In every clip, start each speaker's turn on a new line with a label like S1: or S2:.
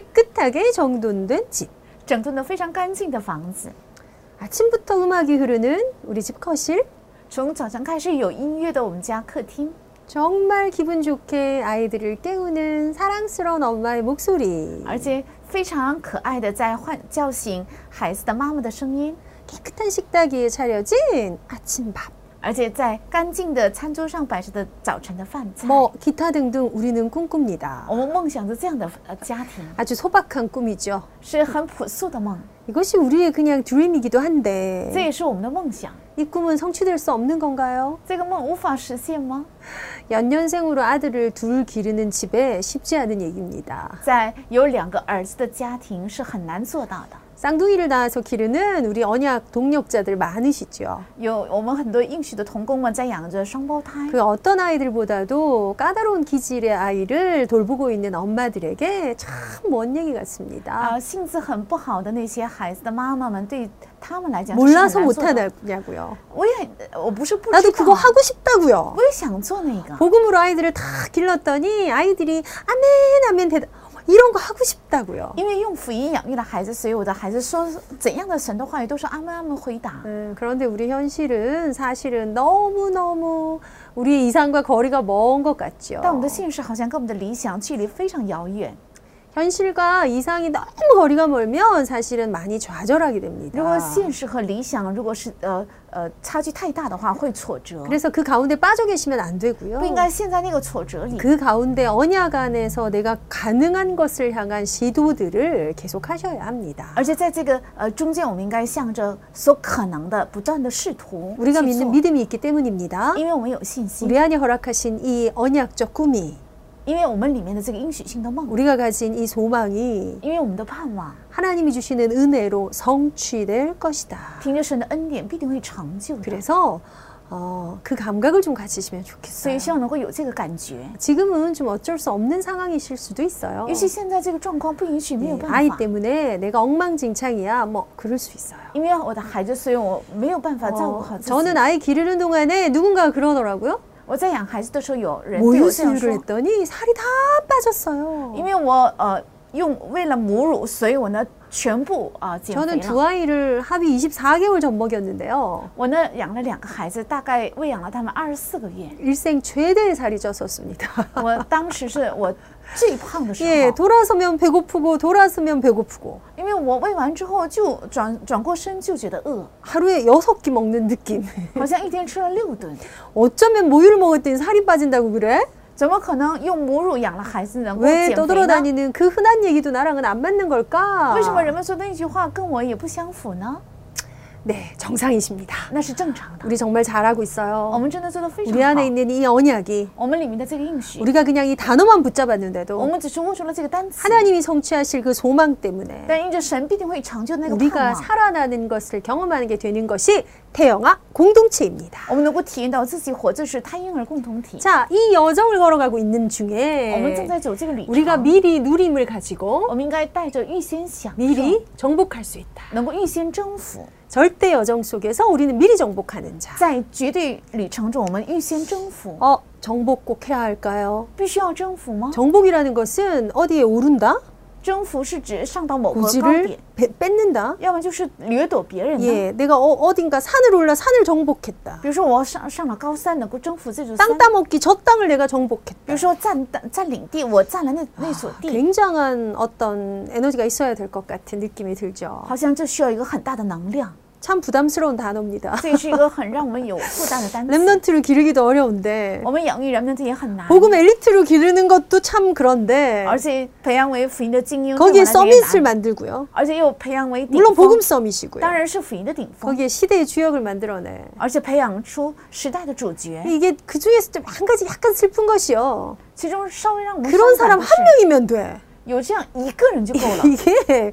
S1: 깨끗하게 정돈된 집.
S2: 整栋的非常干净的房子。
S1: 아침부터 음악이 흐르는 우리 집 거실.
S2: 从早上开始有音乐的我们家客厅，
S1: 정말 기분 좋게 아이들을 깨우는 사랑스러운 엄마의 목소리.
S2: 而且非常可爱的在唤叫醒孩子的妈妈的声音，
S1: 깨끗한 식탁 위에 차려진 아침밥.
S2: 而且在干净的餐桌上摆设的早晨的饭菜。
S1: 뭐 기타 등등 우리는 꿈꿉니다.
S2: 我们梦想着这样的呃家庭，
S1: 아주 소박한 꿈이죠.
S2: 是很朴素的梦，
S1: 이것이 우리의 그냥 드림이기도
S2: 这
S1: 한데
S2: 也是我们的梦想。
S1: 이 꿈은 성취될 수 없는 건가요?
S2: 这个梦无法实现吗？
S1: 연년생으로 아들을 둘 기르는 집에 쉽지 않은 얘기입니다.
S2: 在有两个儿子的家庭是很难做到的。
S1: 쌍둥이를 낳아서 기르는 우리 언약 동력자들 많으시죠.
S2: 有我们很多应许的童工们在养着双胞胎，
S1: 그 어떤 아이들보다도 까다로운 기질의 아이를 돌보고 있는 엄마들에게 참 먼 얘기 같습니다.
S2: 啊，性子很不好的那些孩子的妈妈们，对他们来讲是很难
S1: 몰라서
S2: 做到的。
S1: 못하냐고요.
S2: 我也呃我不是不知
S1: 나도
S2: 道
S1: 어, 그거 ， 하고 싶다고요.
S2: 我也想做那个。
S1: 복음으로 아이들을 다 길렀더니 아이들이 아멘 아멘 대답 이런 거 하고 싶다고요.
S2: 因为用福音养育的孩子，所以我的孩子说怎样的神的话语都是阿门阿门回答。
S1: 음, 그런데 우리 현실은 사실은 너무너무 우리의 이상과 거리가 먼 것 같죠.
S2: 但我们的现实好像跟我们的理想距离非常遥远。
S1: 현실과 이상이 너무 거리가 멀면 사실은 많이 좌절하게
S2: 如果
S1: 됩니다.
S2: 现实和理想如果是呃呃差距太大的话，会挫折。
S1: 그래서 그 가운데 빠져 계시면 안 되고요.
S2: 不应该陷在那个挫折里。
S1: 그 가운데 언약 안에서 내가 가능한 것을 향한 시도들을 계속 하셔야 합니다.
S2: 而且在这个呃中间，我们应该向着所可能的不断的试图
S1: 우리가
S2: 去
S1: 믿는
S2: 做
S1: 믿음이 있기 때문입니다.
S2: 因为我们有信心，
S1: 우리 안에 허락하신 이 언약적 꿈이
S2: 因为我们里面的这个应许性的梦，
S1: 우리가 가진 이 소망이
S2: 因为我们的盼望，
S1: 하나님이 주시는 은혜로 성취될 것이다.
S2: 凭着神的恩典必定会成就的。
S1: 그래서 어, 그 감각을 좀 가지시면
S2: 所
S1: 좋겠어요.
S2: 以希望能够有这个感觉。
S1: 지금은 좀 어쩔 수 없는 상황이실 수도 있어요.
S2: 尤其现在这个状况不允许，没有
S1: 네,
S2: 办
S1: 아이
S2: 法。
S1: 때문에 내가 엉망진창이야 뭐 그럴 수 있어요.
S2: 因为我的孩子，所以我没有办法照顾
S1: 어,
S2: 好自己。
S1: 저는 아이 기르는 동안에 누군가 그러더라고요.
S2: 我在养孩子的时候，有
S1: 네,
S2: 人对我这样
S1: 모유수유를
S2: 说，
S1: 했더니 살이 다
S2: 因
S1: 빠졌어요.
S2: 为我呃用为了母乳，所以我呢全部啊、呃减肥
S1: 저는
S2: 了。
S1: 두 아이를 합이 24개월 전 먹였는데요.
S2: 我呢养了两个孩子，大概喂养了他们二十四个 月。
S1: 일생 최대의 살이 쪘었습니다.
S2: 我当时是我最胖 的时
S1: 예,
S2: 候，
S1: 돌아서면 배고프고 돌아서면 배고프고
S2: 因为我喂完之后就转转过身就觉得饿，
S1: 하루에 여섯 끼 먹는 느낌.
S2: 好像一天吃了六顿，
S1: 어쩌면 모유를 먹었더니 살이 빠진다고 그래?
S2: 怎么可能用母乳养了孩子能够
S1: 왜
S2: 减肥呢？
S1: 떠돌아다니는 그 흔한 얘기도 나랑은 안 맞는 걸까?
S2: 为什么人们说的那句话跟我也不相符呢？
S1: 네, 정상이십니다.
S2: 那是正常的，
S1: 우리 정말 잘하고
S2: 我
S1: 있어요.
S2: 们真的做的非
S1: 우리
S2: 常
S1: 안에
S2: 好。
S1: 있는 이 언약이
S2: 我们里面的这个应许，
S1: 우리가 그냥 이 단어만
S2: 我
S1: 붙잡았는데도
S2: 们只是握住了这个单词，
S1: 하나님이 성취하실 그 소망 때문에
S2: 但因着神必定会成就那个
S1: 어, 우리가
S2: 盼望，
S1: 살아나는 것을 경험하는 게 되는 것이 태영아 공동체입니다.
S2: 我们能够体验到自己活着是胎婴儿共同体。
S1: 자, 이 여정을 걸어가고 있는
S2: 我们正
S1: 중에
S2: 在走这个旅
S1: 우리가
S2: 程，
S1: 미리 누림을 가지고
S2: 我们应该带着预先享受。
S1: 미리 정복할 수 있다.
S2: 能够预先征服，
S1: 절대 여정 속에서 우리는 미리 정복하는 자.
S2: 在绝对旅程中，我们预先征服，
S1: 어, 정복 꼭 해야 할까요?
S2: 必须要征服吗？
S1: 정복이라는 것은 어디에 오른다?
S2: 征服是指上到某个高
S1: 고지를
S2: 点，
S1: 배- 어, 뺏는다?
S2: 要么就是掠夺别人的。
S1: 예, 내가 어, 딘가 산을 올라 산을 정복했다.
S2: 比如说我上上了高三，能够征服这座山
S1: 땅 ； 따먹기 저 땅을 내가
S2: 比
S1: 정복했다.
S2: 如说占占领地，我占了那那所
S1: 음.
S2: 地，
S1: 굉장한 어떤 에너지가 있어야 될 것 같은 느낌이 들죠.
S2: 好像就需要一个很大的能量，
S1: 참 부담스러운 단어입니다.
S2: 这也是一个很让我们有负担的单词。
S1: 렘넌트를 기르기도 어려운데
S2: 我们养育人们这也很难，
S1: 복음 엘리트로 기르는 것도 참 그런데
S2: 而且培养为福音的精英，
S1: 거기에
S2: 对我们来讲也
S1: 서밋을
S2: 难
S1: 만들고요.
S2: 而且又培养为顶
S1: 물론 복음
S2: 峰，
S1: 서밋이고요.
S2: 当然是福音的顶峰，
S1: 거기에 시대의 주역을 만들어내.
S2: 而且培养出时代的主角。
S1: 이게 그 중에서 좀 한 가지 약간 슬픈 것이요.
S2: 其中稍微让我们
S1: 네, 그런
S2: 伤感
S1: 사람
S2: 的
S1: 한
S2: 是
S1: 명이면 돼.
S2: 有这样一个人就够 了，
S1: 이게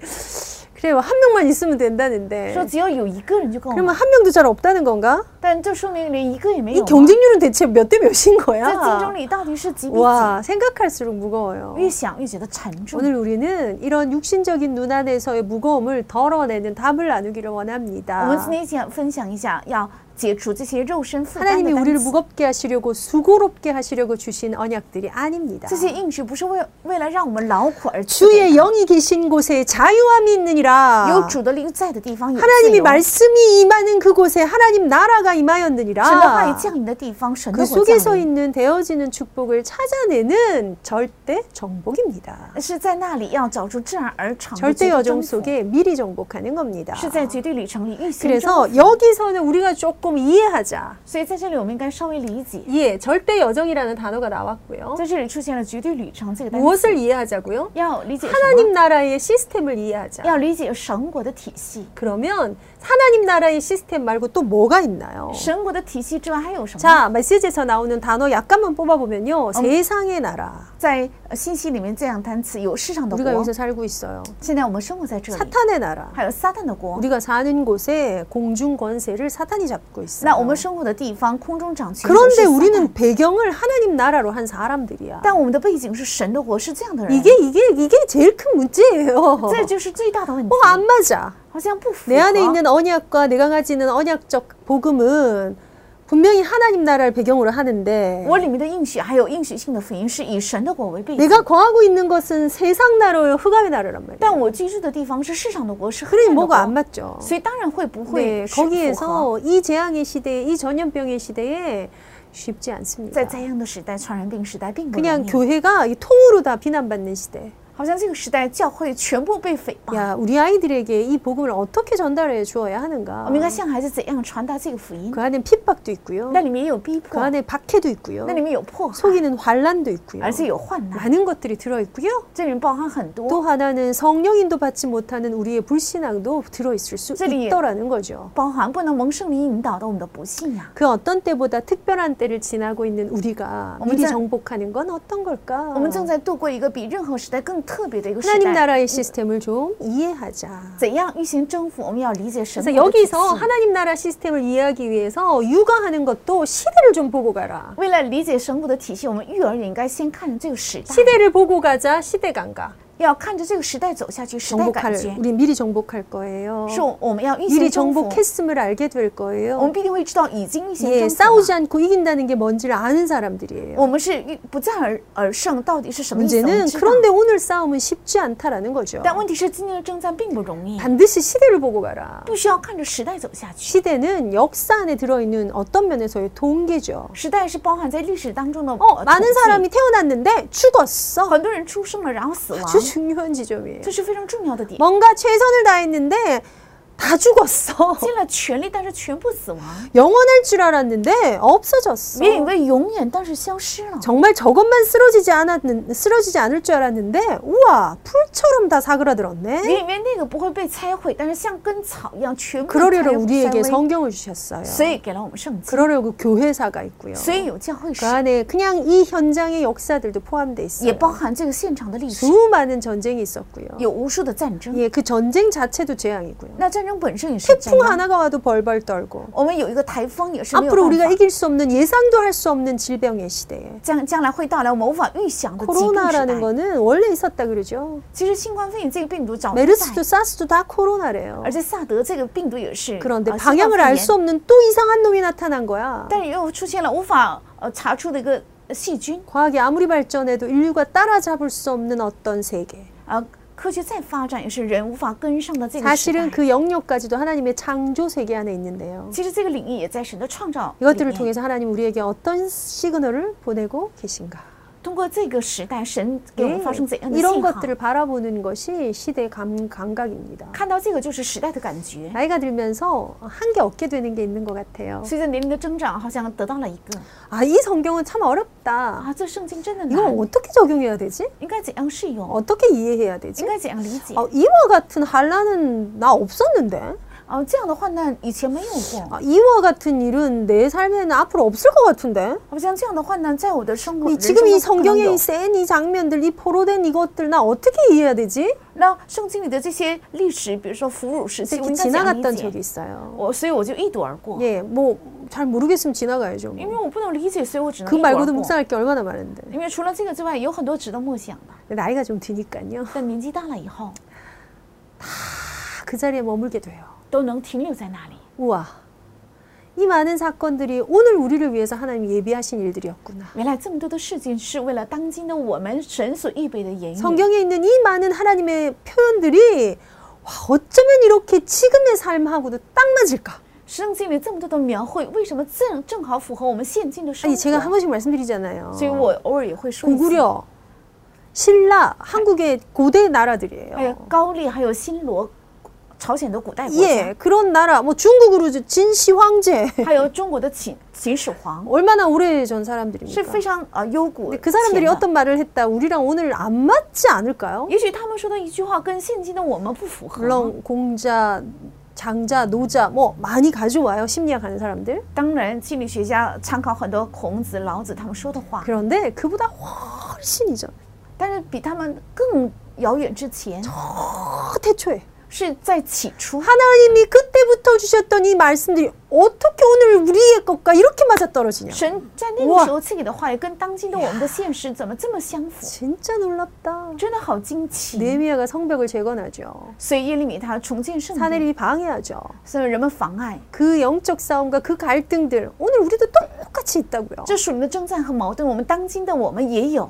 S1: 그래요. 한 명만 있으면 된다는데.
S2: 说只要有一个人就够了，
S1: 그러면 한 명도 잘 없다는 건가?
S2: 但这说明连一个也没
S1: 이
S2: 有啊。
S1: 경쟁률은 대체 몇 대 몇인
S2: 这竞争
S1: 거야?
S2: 力到底是几比几？
S1: 와 생각할수록 무거워요.
S2: 越想越觉得沉重。
S1: 오늘 우리는 이런 육신적인 눈 안에서의 무거움을 덜어내는 답을 나누기를
S2: 啊我
S1: 원합니다.
S2: 们今天想分享一下，要解除这些肉身负担
S1: 하나님이
S2: 的担
S1: 우리를
S2: 子。
S1: 무겁게 하시려고 수고롭게 하시려고 주신 언약들이 아닙니다.
S2: 这些应许不是为为了让我们劳苦而去的，
S1: 주의 영이 계신 곳에 자유함이 있느니라.
S2: 有主的灵在的地方有自
S1: 하나님이
S2: 由。
S1: 말씀이 임하는 그곳에 하나님 나라가
S2: 神的话语
S1: 임하였느니라.
S2: 降临的地方，神
S1: 그
S2: 的国降
S1: 속에서
S2: 临
S1: 있는 되어지는 축복을 찾아내는 절대 정복입니다.
S2: 是在那里要找出正而长的
S1: 절대
S2: 基督
S1: 그 여정
S2: 征服
S1: 속에 미리 정복하는 겁니다.
S2: 是在绝对旅程里预先征服
S1: 그래서 여기서는 우리가 조금 이해하자.
S2: 所以在这里我们应该稍微理解，
S1: 예, 절대 여정이라는 단어가 나왔고요.
S2: 在这里出现了绝对旅程这个单词，
S1: 무엇을 이해하자고요?
S2: 要理解什么
S1: 하나님 나라의 시스템을 이해하자.
S2: 要理解神国的体系，
S1: 그러면 하나님 나라의 시스템 말고 또 뭐가 있나요?
S2: 神国的体系之外还有什么？
S1: 자, 메시지에서 나오는 단어 약간만 뽑아보면요. 세상의 나라.
S2: 在呃信息里面这样单词有世上的
S1: 우리가
S2: 国
S1: 여기서 ， 살고 있어요. 음. 어.
S2: 现在我们生活在这里，
S1: 사탄의 나라.
S2: 还有撒旦的国。
S1: 우리가 사는 곳에 공중 권세를 사탄이 잡고 있어요.
S2: 那我们生活的地方，空中掌权者是
S1: 그런데
S2: 撒旦
S1: 우리는 배경을 하나님 나라로 한 사람들이야.
S2: 但我们的背景是神的国，是这样的人，
S1: 이게 이게 이게 제일 큰 네. 문제예요.
S2: 这就是最大的问题，
S1: 어, 안 맞아.
S2: 好像不符
S1: 내 안에
S2: 合。
S1: 있는 언약과 내가 가지는 언약적 복음은 분명히 하나님 나라를 배경으로 하는데
S2: 我里面的应许还有应许性的福音是以神的国为背景，
S1: 내가 거하고 있는 것은 세상 나라의 흑암의 나라란 말이야. 어.
S2: 但我居住的地方是世上的国，是黑
S1: 그러니
S2: 暗的
S1: 뭐가 안
S2: 国，
S1: 맞죠.
S2: 所以当然会不
S1: 네,
S2: 会是符合
S1: 거기에서 이 재앙의 시대에 이 전염병의 시대에 쉽지 않습니다.
S2: 在灾殃的时代、传染病时代并不容
S1: 그냥
S2: 易。
S1: 교회가 이 통으로 다 비난받는 시대.
S2: 好像这个时代教会全部被诽谤，
S1: 야, 우리 아이들에게 이 복음을 어떻게 전달해 주어야 하는가?
S2: 我们应该向孩子怎样传达这个福音
S1: 그 ？ 안에 핍박도 있고요.
S2: 那里面也有逼
S1: 그
S2: 迫，
S1: 안에 박해도 있고요.
S2: 那里面有迫害，
S1: 속이는 환란도 있고요.
S2: 而且有患难，
S1: 많은 것들이 들어 있고요.
S2: 这里面包含很多，
S1: 또 하나는 성령인도 받지 못하는 우리의 불신앙도 들어 있을 수
S2: 쓰리.
S1: 있더라는 거죠.
S2: 包含不能蒙圣灵引导的我们的不信仰。
S1: 그 어떤 때보다 특별한 때를 지나고 있는 우리가
S2: 어머,
S1: 미리
S2: 짠.
S1: 정복하는 건 어떤 걸까?
S2: 我们正在度过一个比任何时代更特别的一个时
S1: 하나님
S2: 代。
S1: 나라의 시스템을 좀 이해하자.
S2: 怎样预先征服？我们要理解神
S1: 그래서
S2: 国的体系
S1: 여기서 하나님 나라 시스템을 이해하기 위해서 육아하는 것도 시대를 좀 보고 가라.
S2: 为了理解神国的体系，我们育儿也应该先看着这个时代，
S1: 시대를 보고 가자. 시대가 안 가.
S2: 要看着这个时代走下去，时代感
S1: 정복할
S2: 觉
S1: 우리 미리 정복할 거예요.
S2: 是我我们要预
S1: 미리
S2: 先征服。
S1: 정복했음을 알게 될
S2: 我们
S1: 거예요.
S2: 必定会知道已经预先
S1: 예,
S2: 征服了
S1: 싸우지 않고 이긴다는 게 뭔지를 아는 사람들이에요.
S2: 我们是预不战而而胜，到底是什么意思？我们
S1: 문제는
S2: 知道
S1: 그런데 오늘 싸움은 쉽지 않다라는 거죠.
S2: 但问题是，今天的征战并不容易，
S1: 반드시 시대를 보고 가라.
S2: 必须要看着时代走下去。
S1: 시대는 역사 안에 들어있는 어떤 면에서의 동계죠.
S2: 时代是包含在历史当中的。
S1: 어,
S2: 呃
S1: 많은
S2: 统
S1: 사람이 태어났는데 죽었어.
S2: 计很多人出生了，然后死亡，
S1: 아주 중요한 지점이에요.
S2: 这是非常重要的点。
S1: 뭔가 최선을 다했는데 다 죽었어.
S2: 尽了全力，但是全部死亡，
S1: 영원할 줄 알았는데 없어졌어.
S2: 别以为永远，但是消失了。
S1: 정말 저것만 쓰러지지 않았는 쓰러지지 않을 줄 알았는데 우와 풀처럼 다 사그라들었네.
S2: 别以为那个不会被拆毁，但是像根草一样，全部被拆
S1: 그러려고
S2: 毁
S1: 우리에게
S2: 衰微。
S1: 성경을 주셨어요.
S2: 所以给了我们圣经，
S1: 그러려고 교회사가 있고요.
S2: 所以有教会史
S1: 그 ， 안에 그냥 이 현장의 역사들도 예, 포함돼
S2: 也
S1: 있어요.
S2: 包含这个现场的历史，
S1: 수 많은 전쟁이 있었고요.
S2: 有无数的战争。
S1: 예, 그 전쟁 자체도 재앙이고요.
S2: 那战争本身也是战
S1: 태풍
S2: 争。
S1: 하나가 와도 벌벌 떨고
S2: 我们有一个台风也是没有
S1: 앞으로
S2: 办
S1: 우리가
S2: 法，
S1: 이길 수 없는 예상도 할 수 없는 질병의 시대에
S2: 将将来会到来我们无法预想
S1: 어,
S2: 的疾病时代
S1: 코로나라는 。 거는 원래 있었다 그러죠.
S2: 其实新冠肺炎这个病毒
S1: 어,
S2: 早就在
S1: 메르스도 사스도 다 코로나래요.
S2: 而且萨德这个病毒也是。
S1: 그런데 방향을
S2: 呃新冠
S1: 알
S2: 肺炎
S1: 수 없는 또 이상한 놈이 나타난 거야.
S2: 但是又出现了无法呃查出的一个呃细菌
S1: 과학이 아무리 발전해도 인류가 따라잡을 수 없는 어떤 세계.
S2: 啊、呃科学再发展也是人无法跟上的这个时代
S1: 사실은 그 영역까지도 하나님의 창조 세계 안에 있는데요.
S2: 其实这个领域也在神的创造里
S1: 이것들을
S2: 面
S1: 통해서 하나님 우리에게 어떤 시그널을 보내고 계신가.
S2: 通过这个时代，神给我
S1: 예,
S2: 们发生怎样的
S1: 嗯 이런
S2: 信号？
S1: 것들을 바라보는 것이 시대의 감, 감각입니다.
S2: 看到这个就是时代的感觉。
S1: 나이가 들면서 한 게 얻게 되는 게 있는 것 같아요.
S2: 随着年龄的增长，好像得到了一个
S1: 아, 이 성경은 참 어렵다.
S2: 啊，这圣经真的难，
S1: 이건 어떻게 적용해야 되지?
S2: 应该怎样适用？
S1: 어떻게 이해해야 되지?
S2: 应该怎样理解？
S1: 아, 이와 같은 한란은 나 없었는데.
S2: 哦，这样的患难以前没有过，
S1: 아, 이와 같은 일은 내 삶에는 앞으로 없을 것 같은데.
S2: 好像这样的患难在我的生活
S1: 이
S2: 人生
S1: 지금 이
S2: 中不可能
S1: 성경의
S2: 有。
S1: 센이 장면들, 이 포로된 이것들 나 어떻게 이해해야 되지?
S2: 那圣经里的这些历史，比如说俘虏时期，我
S1: 이렇게
S2: 应该怎样
S1: 지나갔던
S2: 理解
S1: 적이 ？ 있어요.
S2: 我所以我就一躲而过，
S1: 예, 뭐 잘 모르겠으면 지나가야죠.
S2: 因
S1: 뭐.
S2: 为我不能理解，所以我只能
S1: 그
S2: 一躲而
S1: 말고도
S2: 过。
S1: 묵상할 게 얼마나 많은데.
S2: 因为除了这个之外，有很多值得默想的。
S1: 나이가 좀 드니까요.
S2: 但年纪大了以后，
S1: 그 자리에 머물게 돼요.
S2: 都能停留在那里。
S1: 우와. 이 많은 사건들이 오늘 우리를 위해서 하나님이 예비하신 일들이었구나.
S2: 原来这么多的事情是为了当今的我们神所预备的言语。
S1: 성경에 있는 이 많은 하나님의 표현들이 와, 어쩌면 이렇게 지금의 삶하고도 딱 맞을까?
S2: 圣经里这么多的描绘，为什么正正好符合我们现今的生
S1: 아니 제가 한
S2: 活？
S1: 번씩 말씀드리잖아요.
S2: 所以我偶尔也会说一些。
S1: 고구려, 신라, 한국의 고대
S2: 还有
S1: 나라들이에요.
S2: 哎高丽，还有新罗，朝鲜的古代国家，
S1: 예, 그런 나라, 뭐 중국으로 진시 황제
S2: 还有中国的秦秦始皇，
S1: 얼마나 오래 전
S2: 是
S1: 사람들입니까?
S2: 非常呃幽谷
S1: 근데 。그 사람들이
S2: 前的
S1: 어떤 말을 했다. 우리랑 오늘 안 맞지 않을까요?
S2: 也许他们说的一句话跟现今的我们不符合。
S1: 물론 공자, 장자, 노자 뭐 많이 가져와요 심리학 하는 사람들.
S2: 当然，心理学家参考很多孔子、老子他们说的话，
S1: 그런데 그보다 훨씬 이전,
S2: 但是比他们更遥远之前，
S1: 더 태초에
S2: 是在起初，
S1: 하나님이 그때부터 주셨던 이 말씀들이 어떻게 오늘 우리의 것과 이렇게 맞아 떨어지냐?
S2: 神在那个时候赐给的话语跟当今的我们的现实怎么这么相符？
S1: 진짜 놀랍다.
S2: 真的好惊奇。
S1: 느헤미야가 성벽을 재건하죠.
S2: 所以耶利米他重建圣殿，
S1: 사내립이 방해하죠.
S2: 所以人们妨碍，
S1: 그 영적 싸움과 그 갈등들 오늘 우리도 똑같이 있다고요.
S2: 这属灵的征战和矛盾，我们当今的我们也有，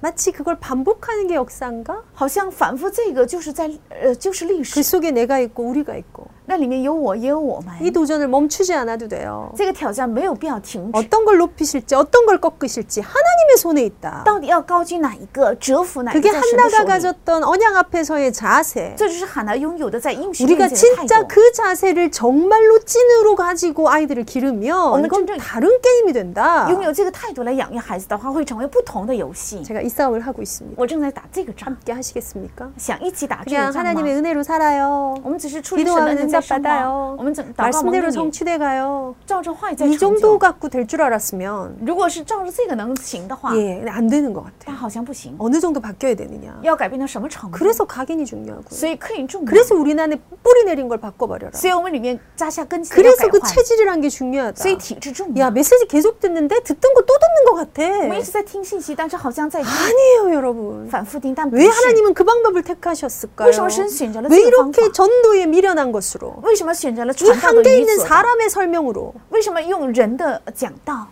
S1: 마치 그걸 반복하는 게 역사인가?
S2: 好像反复这个就是在呃就是历
S1: 그
S2: 史，
S1: 속에 내가 있고 우리가 있고
S2: 那里面有我也有我们，
S1: 이 도전을 멈추지 않아도 돼요.
S2: 这个挑战没有必要停止。
S1: 어떤 걸 높이실지 어떤 걸 꺾으실지 하나님의 손에 있다.
S2: 到底要高举哪一个，折服哪一
S1: 그게
S2: 个，在神的
S1: 한나가
S2: 手里。
S1: 가졌던 언양 앞에서의 자세.
S2: 这就是哈拿拥有的在应许面
S1: 우리가
S2: 前的态
S1: 진짜
S2: 度。
S1: 그 자세를 정말로 찐으로 가지고 아이들을 기르면
S2: 어머,
S1: 이건
S2: 진짜-
S1: 다른 게임이 된다.
S2: 拥有这个态度来养育孩子的话，会成为不同的游戏。
S1: 제가 이 싸움을 하고 있습니다.
S2: 我正在打这个仗，
S1: 함께 하시겠습니까?
S2: 想一起打这
S1: 그냥
S2: 个仗吗？
S1: 하나님의 은혜로 살아요.
S2: 我们只是出于神的恩在生活，我们怎么祷告蒙
S1: 말씀대로
S2: 恩你，
S1: 성취돼 가요.
S2: 照着话语在
S1: 이
S2: 成
S1: 정도
S2: 就。
S1: 갖고 될 줄 알았으면
S2: 如果是照着这个能行的话，
S1: 예, 근데 안 되는 것 같아요.
S2: 但好像不行。
S1: 어느 정도 바뀌어야 되느냐.
S2: 要改变到什么程度？
S1: 그래서 각인이 중요하고요.
S2: 所以克林重要，
S1: 그래서 우리 안에 뿌리 내린 걸 바꿔버려라.
S2: 所以我们里面扎下根基要
S1: 그래서
S2: 改
S1: 그
S2: 换，
S1: 체질이란 게 중요하다.
S2: 所以体质重
S1: 야
S2: 要。
S1: 메시지 계속 듣는데 듣던 거 또 듣는 것
S2: 我们一
S1: 같아.
S2: 直在听信息，但是好像在听
S1: 아니에요 여러분.
S2: 反复听，但不
S1: 왜
S2: 是。
S1: 하나님은 그 방법을 택하셨을까요?
S2: 为什么神选择了
S1: 왜
S2: 这个方法？
S1: 이렇게 전도에 미련한 것으로?
S2: 为什么选择了
S1: 이
S2: 传道的
S1: 한계
S2: 语
S1: 있는
S2: 所在？
S1: 사람의 설명으로
S2: 为什么用人的讲道？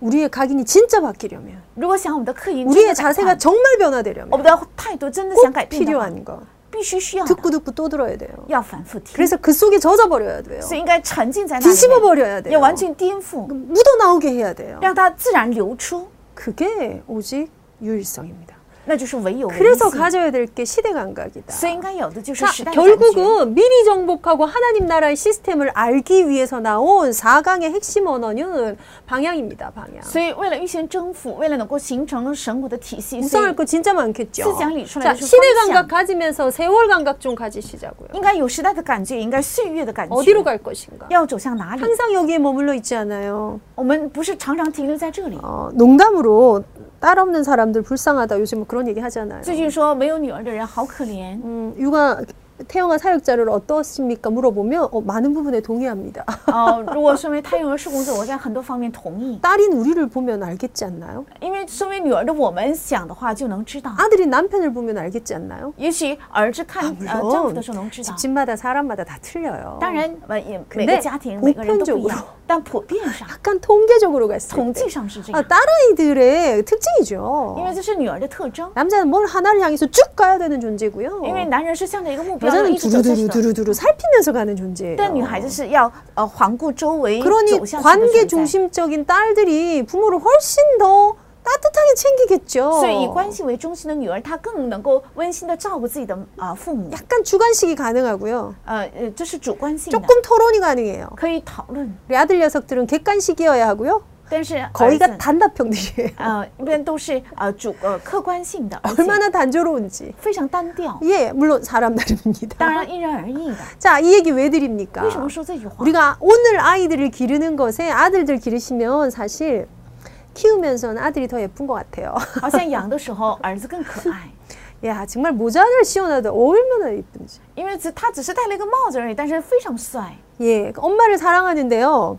S1: 우리의 각인이 진짜 바뀌려면
S2: 如果想我们的克林真
S1: 우리의
S2: 的改换
S1: 자세가 ， 정말
S2: 我们
S1: 변화되려면
S2: 的态度真的想改
S1: 꼭
S2: 变的话，
S1: 필요한 거
S2: 必须需要的
S1: 듣고 듣고 또 들어야 돼요.
S2: 要反复听，
S1: 그래서 그 속에 젖어버려야 돼요.
S2: 所以应该沉浸在那
S1: 뒤집어
S2: 里
S1: 버려야
S2: 面，要
S1: 돼요.
S2: 完全颠覆，
S1: 묻어나오게 해야 돼요.
S2: 让它自然流出，
S1: 그게 오직 유일성입니다.
S2: 那就是唯有唯
S1: 그래서
S2: 信
S1: 가져야 될 게 시대 감각이다.
S2: 所以应该有的就是时
S1: 자,
S2: 代的感觉。
S1: 결국은 미리 정복하고 하나님 나라의 시스템을 알기 위해서 나온 4강의 핵심 언어는 방향입니다. 방향.
S2: 所以为了预先征服，为了能够形成神国的体系，所
S1: 묵상할
S2: 以
S1: 거 진짜 많겠죠.
S2: 시장 리출하는
S1: 자,
S2: 좀
S1: 시대 음,
S2: 방향.
S1: 감각 가지면서 세월 감각 좀 가지시자고요.
S2: 应该有时代的感觉，也应该岁月的感觉。
S1: 어디로 갈 것인가?
S2: 要走向哪里？
S1: 항상 여기에 머물러 있지 않아요.
S2: 我们不是常常停留在这里。
S1: 어, 농담으로 딸 없는 사람들 불쌍하다 요즘 뭐 그런 얘기 하잖아요.
S2: 最近说没有女儿的人好可怜，
S1: 음, 육아 태영아 사역자를 어떻습니까? 물어보면 어, 많은 부분에 동의합니다. 아,
S2: 哦，如果身为胎儿是工作，我在很多方面同意，
S1: 딸인 우리를 보면 알겠지 않나요?
S2: 因为身为女儿的我们想的话就能知道，
S1: 아들이 남편을 보면 알겠지 않나요?
S2: 也许儿子
S1: 아,
S2: 看
S1: 啊
S2: 呃丈夫的时候能知道。
S1: 집집마다 사람마다 다 틀려요.
S2: 当然，呃也每
S1: 근데
S2: 个家庭每个人都不
S1: 보편적으로
S2: 一样，但普遍上
S1: 약간 통계적으로 갔을
S2: 统
S1: 때
S2: 计上是这
S1: 아,
S2: 样，
S1: 딸아이들의
S2: 因
S1: 특징이죠.
S2: 为这是女儿的特征。
S1: 남자는 뭘 하나를 향해서 쭉 가야 되는
S2: 因为
S1: 존재고요.
S2: 男人是向着一个目标然后
S1: 여자는
S2: 一直走下
S1: 두루두루
S2: 去的，
S1: 두루두루 살피면서 가는 존재예요. 어.
S2: 但女孩子是要呃环顾周围
S1: 그러니
S2: 走向这个
S1: 관계
S2: 存在
S1: 중심적인 딸들이 부모를 훨씬 더 따뜻하게 챙기겠죠.
S2: 所以以关系为中心的女儿，她更能够温馨的照顾自己的啊、呃父母。
S1: 약간 주관식이 가능하고요.
S2: 呃呃，这是主观性的，
S1: 조금 토론이 가능해요.
S2: 可以讨论，
S1: 우리 아들 녀석들은 객관식이어야 하고요.
S2: 但是儿
S1: 거의가
S2: 子
S1: 단답형들이에요.
S2: 呃一般都是呃主呃客观性的，而且
S1: 얼마나 단조로운지.
S2: 非常单 调。
S1: 예, 물론 사람
S2: 当
S1: 나름입니다.
S2: 然因人而异的。
S1: 자, 이 얘기 왜 드립니까?
S2: 为什么说这句话？
S1: 우리가 오늘 아이들을 기르는 것에 아들들 기르시면 사실 키우면서는 아들이 더 예쁜 것 같아요.
S2: 好像养的时候儿子更可爱，
S1: 야, 정말 모자를 씌워놔도 얼마나 예쁜지.
S2: 因为只他只是戴了一个帽子而已，但是非常帅。
S1: 예, 그 엄마를 사랑하는데요.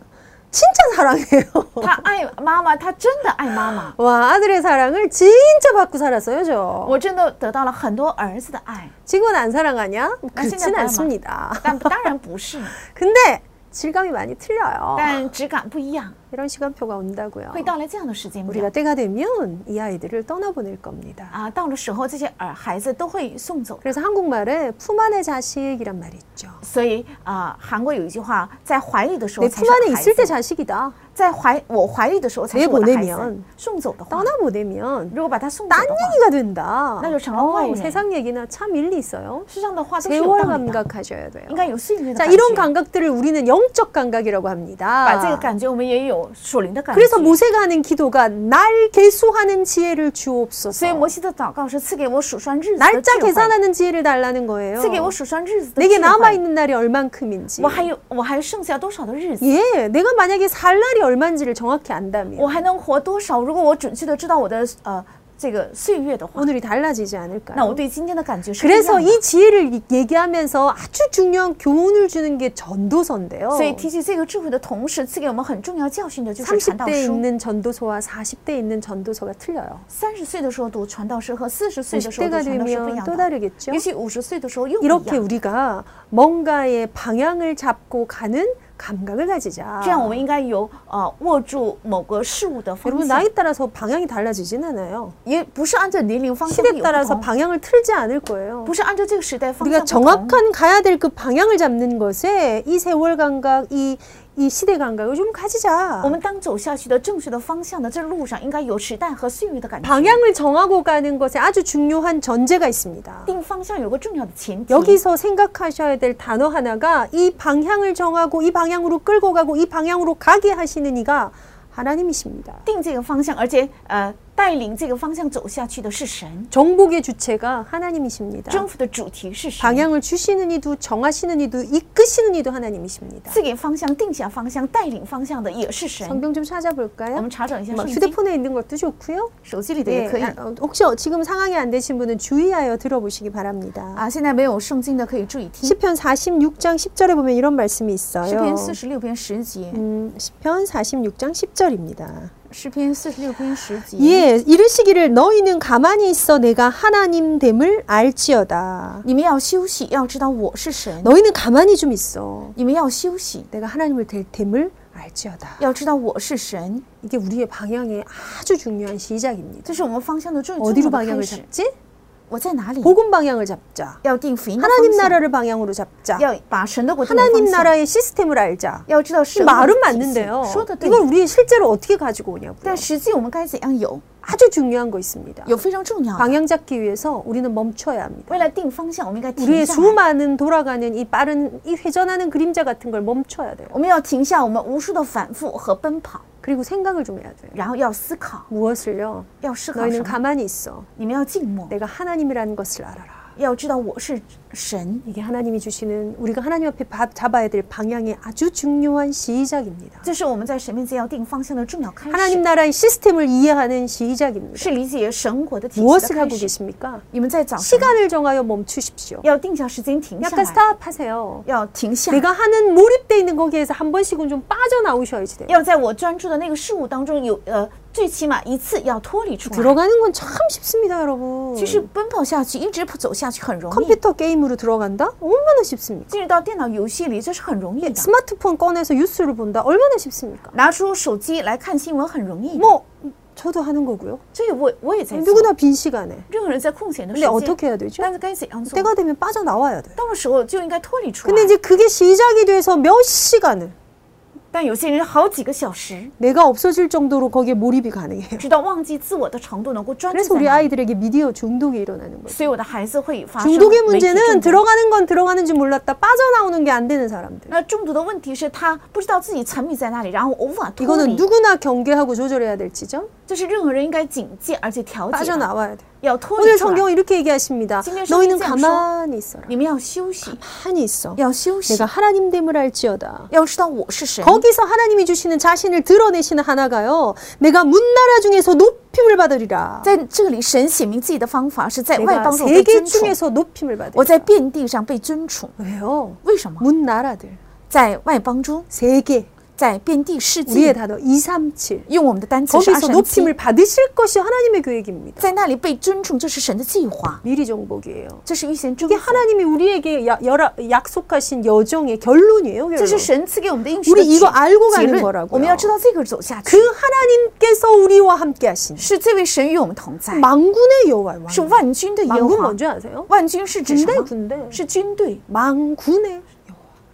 S1: 진짜 사랑해요.
S2: 他爱妈妈，他真的爱妈妈。
S1: 와, 아들의 사랑을 진짜 받고 살았어요, 저.
S2: 我真的得到了很多儿子的爱，
S1: 지금은 안 사랑하냐?
S2: 나 진짜
S1: 그렇진
S2: 사랑하-
S1: 않습니다.
S2: 但当然不是。
S1: 근데 질감이 많이 틀려요.
S2: 但质感不一样，
S1: 이런 시간표가 온다고요.
S2: 会到来这样的时间
S1: 우리가
S2: 表
S1: 때가 되면 이 아이들을 떠나보낼 겁니다.
S2: 啊，到了时候这些儿孩子都会送走。
S1: 그래서 한국말에 품 안의 자식이란 말이 있죠.
S2: 所以啊、韩国有一句话，在怀里的时候
S1: 내
S2: 才
S1: 품
S2: 是
S1: 안에
S2: 孩
S1: 있을 때
S2: 子，
S1: 자식이다.
S2: 在怀我怀里的时候才是
S1: 내보
S2: 我的
S1: 내
S2: 孩
S1: 면
S2: 子。送走的话，
S1: 떠나보내면
S2: 如果把他送走
S1: 딴
S2: 的话，
S1: 얘기가 된다.
S2: 아. 나도 정말
S1: 어우,
S2: 화이네.
S1: 세상 얘기나 참 일리 있어요.
S2: 世上的话都是有
S1: 재월
S2: 道理的，
S1: 감각하셔야 돼요.
S2: 应该有岁月的
S1: 자,
S2: 感
S1: 이런
S2: 觉。啊
S1: 감각들을 우리는 영적 감각이라고
S2: 把这个
S1: 합니다.
S2: 感觉，我们也有属灵的感觉。
S1: 그래서 모세가 하는 기도가 날 계수하는 지혜를
S2: 所以
S1: 주옵소서.
S2: 摩西的祷告是赐给我数算日子的智
S1: 날짜
S2: 慧，哎
S1: 계산하는 지혜를 달라는 거예요.
S2: 赐给我数算日子的
S1: 내게
S2: 智慧。
S1: 남아있는 날이 얼만큼인지.
S2: 我还有，我还剩下多少的日子？
S1: 예, 내가 만약에 살 날이 얼만지를 정확히 안다면
S2: 我还能活多少？如果我准确的知道我的呃这个岁月的话，
S1: 오늘이 달라지지
S2: 那我
S1: 않을까요?
S2: 对今天的感觉是不一
S1: 그래서
S2: 样的。
S1: 이 지혜를 이- 얘기하면서 아주 중요한 교훈을 주는 게 전도서인데요.
S2: 所以提起这个智慧的同时，赐给我们很重要教训的就是传道
S1: 30대에
S2: 书。
S1: 있는 전도서와 40대에 있는 전도서가 틀려요.
S2: 三十岁的时候读传道书和四十岁的时候
S1: 50대가
S2: 读传道书不一
S1: 되면
S2: 样
S1: 또
S2: 的，
S1: 다르겠죠.
S2: 也许五十岁的时候又不一
S1: 이렇게
S2: 样。
S1: 우리가 뭔가의 방향을 잡고 가는 감각을 가지자.
S2: 这样我们应该有呃握住某个事物的方
S1: 여러분
S2: 向，
S1: 나이 따라서 방향이 달라지진 않아요.
S2: 也不是按照年龄方向会
S1: 시대
S2: 有不
S1: 따라서
S2: 同，
S1: 방향을 틀지 않을 거예요.
S2: 不是按照这个啊时代方
S1: 우리가
S2: 向不同。
S1: 정확한 가야 될 그 방향을 잡는 것에 이 세월 감각, 이, 이 시대 감각을 좀 가지자.
S2: 我们当走下去的正确的方向的这路上，应该有时代和岁月的感觉。
S1: 방향을 정하고 가는 것에 아주 중요한 전제가 있습니다.
S2: 定方向有个重要的前提，
S1: 여기서 생각하셔야 될 단어 하나가 이 방향을 정하고 이 방향으로 끌고 가고 이 방향으로 가게 하시는 이가 하나님이십니다.
S2: 定这个方向，而且呃带领这个方向呃走下去的是神，
S1: 정복의 주체가 하나님이십니다.
S2: 征服的主题是神，
S1: 방향을 주시는 이도 정하시는 이도 이끄시는 이도 하나님이십니다.
S2: 赐给方向、定下方向、带领方向的也是神。
S1: 성경 좀
S2: 我
S1: 찾아볼까요?
S2: 们查找一下
S1: 뭐
S2: 圣经，
S1: 휴대폰에 있는 것도 좋고요.
S2: 手机里的
S1: 예,
S2: 也可以
S1: 아, 어, 혹시 어, 지금 상황이 안 되신 분은 주의하여 들어보시기 바랍니다.
S2: 啊。现在没有圣经的可以注意听。
S1: 시편 46장 10절에 보면 이런 말씀이
S2: 诗
S1: 있어요.
S2: 篇四十六篇十节，
S1: 음, 시편 46장 10절입니다.
S2: 诗篇四十六篇十节。
S1: 예, 이르시기를 너희는 가만히 있어 내가 하나님 됨을 알지어다.
S2: 你们要休息，要知道我是神。
S1: 너희는 가만히 좀 있어.
S2: 你们要休息，
S1: 내가 하나님을 될 됨을 알지어다.
S2: 要知道我是神。
S1: 이게 우리의 방향의 아주 중요한 시작입니다.
S2: 这是我们方向的重重
S1: 어디로 그렇죠. 뭐
S2: 要的开
S1: 방향을
S2: 始。
S1: 잡지?
S2: 我在哪里？
S1: 복음 방향을 잡자.
S2: 要定福音的
S1: 하나님
S2: 方向，
S1: 나라를 음, 방향으로 잡자.
S2: 要把神的国度的
S1: 하나님
S2: 方向，
S1: 나라의 시스템을 알자.
S2: 要知道
S1: 이
S2: 神的
S1: 말은
S2: 体系
S1: 맞는데요.
S2: 说的对，
S1: 이걸 우리 실제로 어떻게 가지고 오냐고요.
S2: 但实际我们该怎样有？
S1: 아주 네. 중요한 거 있습니다.
S2: 有非常重要的。
S1: 방향 잡기 위해서 우리는 멈춰야 합니다.
S2: 为了定方向，我们应该停
S1: 우리의
S2: 下来。
S1: 수많은 돌아가는 이 빠른 이 회전하는 그림자 같은 걸 멈춰야 돼요.
S2: 我们要停下我们无数的反复和奔跑，
S1: 그리고 생각을 좀 해야 돼요.
S2: 然后要思考，
S1: 무엇을요?
S2: 要思考什
S1: 너희는
S2: 么？
S1: 가만히 있어.
S2: 你们要静默，
S1: 내가 하나님이라는 것을 알아라.
S2: 要知道我是神。
S1: 이게 하나님이 주시는 우리가 하나님 앞에 밥 잡아야 될 방향의 아주 중요한 시작입니다.
S2: 这是我们在神面前要定方向的重要开始
S1: 하나님 ， 나라의 시스템을 이해하는 시작입니다.
S2: 是理解神国的体系的
S1: 무엇을 하고
S2: 开始。
S1: 계십니까?
S2: 你们在早上
S1: 시간을 정하여 멈추십시오.
S2: 要定下时间停下
S1: 약간
S2: 来，
S1: 스탑하세요.
S2: 要停下，
S1: 내가 하는 몰입돼 있는 거기에서 한 번씩은 좀 빠져나오셔야지 돼요.
S2: 要在我专注的那个事物当中有呃，最起码一次要脱离出来。
S1: 들어가는 건 참 쉽습니다, 여러분.
S2: 其实奔跑下去，一直走下去很容易，
S1: 컴퓨터 게임으로 들어간다? 얼마나 쉽습니까?
S2: 进入到电脑游戏里这是很容易的，
S1: 스마트폰 꺼내서 뉴스를 본다? 얼마나 쉽습니까?
S2: 拿出手机来看新闻很容易。
S1: 뭐 저도 하는 거고요.
S2: 这个我我也在做，
S1: 누구나 빈 시간에.
S2: 任何人在空闲的时
S1: 근데
S2: 间，
S1: 어떻게 해야 되죠?
S2: 但是该怎样做？
S1: 때가 되면 빠져나와야 돼요.
S2: 到了时候就应该脱离出
S1: 근데
S2: 来。
S1: 이제 그게 시작이 돼서 몇 시간을
S2: 但有些人好几个小时，
S1: 내가 없어질 정도로 거기에 몰입이 가능해요.
S2: 直到忘记自我的程度，能够专注
S1: 그래서
S2: 在
S1: 우리
S2: 那里。
S1: 아이들에게 미디어 중독이 일어나는 거예요.
S2: 所以我的孩子会发生
S1: 중독의
S2: 媒体
S1: 문제는
S2: 中毒
S1: 들어가는 건 들어가는지 몰랐다 빠져나오는 게 안 되는 사람들.
S2: 那中毒的问题是他不知道自己沉迷在那里，然后无法脱
S1: 이거는
S2: 离。
S1: 누구나 경계하고 조절해야 될 지점.
S2: 这是任何人应该警戒而且调节的，
S1: 빠져나와야 돼.
S2: 要脱离
S1: 오늘
S2: 出来。
S1: 성경은 이렇게 얘기하십니다.
S2: 지금
S1: 너희는
S2: 성경이 지금
S1: 가만히 있어라.
S2: 你们要休息，
S1: 가만히 있어.
S2: 要休息
S1: 내가 ， 하나님 됨을 알지어다.
S2: 要知道我是神。
S1: 거기서 하나님이 주시는 자신을 드러내시는 하나가요. 내가 문나라 중에서 높임을 받으리라.
S2: 在这个里，神显明自己的方法是在外
S1: 내가
S2: 邦中被
S1: 세계
S2: 尊崇，
S1: 중에서 높임을
S2: 我
S1: 받으리라.
S2: 在
S1: 어,
S2: 遍地上被尊崇。
S1: 왜요?
S2: 为什么？
S1: 문나라들.
S2: 在外邦中，
S1: 세계.
S2: 在遍地世
S1: 우리의
S2: 界，
S1: 단어 237.
S2: 用我们的单词是
S1: 거기서
S2: 二三
S1: 높임을
S2: 七，
S1: 받으실 것이 하나님의 계획입니다.
S2: 在那里被尊崇，这是神的计划，
S1: 미리 정복이에요.
S2: 这是预先征
S1: 이게
S2: 服，
S1: 하나님이 우리에게 야- 열아- 약속하신 여정의 결론이에요.
S2: 这
S1: 결론.
S2: 是神赐给我们的应许的
S1: 우리
S2: 结
S1: 이거 알고
S2: 结
S1: 가는
S2: 论。我
S1: 거라고요.
S2: 们要知道这个走下去
S1: 그 ， 하나님께서 우리와 함께 하신
S2: 是这位神与我们同在，
S1: 망군의 여호와의 왕.
S2: 是万军的耶和
S1: 망군
S2: 华。
S1: 뭔지 아세요?
S2: 万军是指什
S1: 군대
S2: 么？
S1: 군대.
S2: 是军队，
S1: 망군의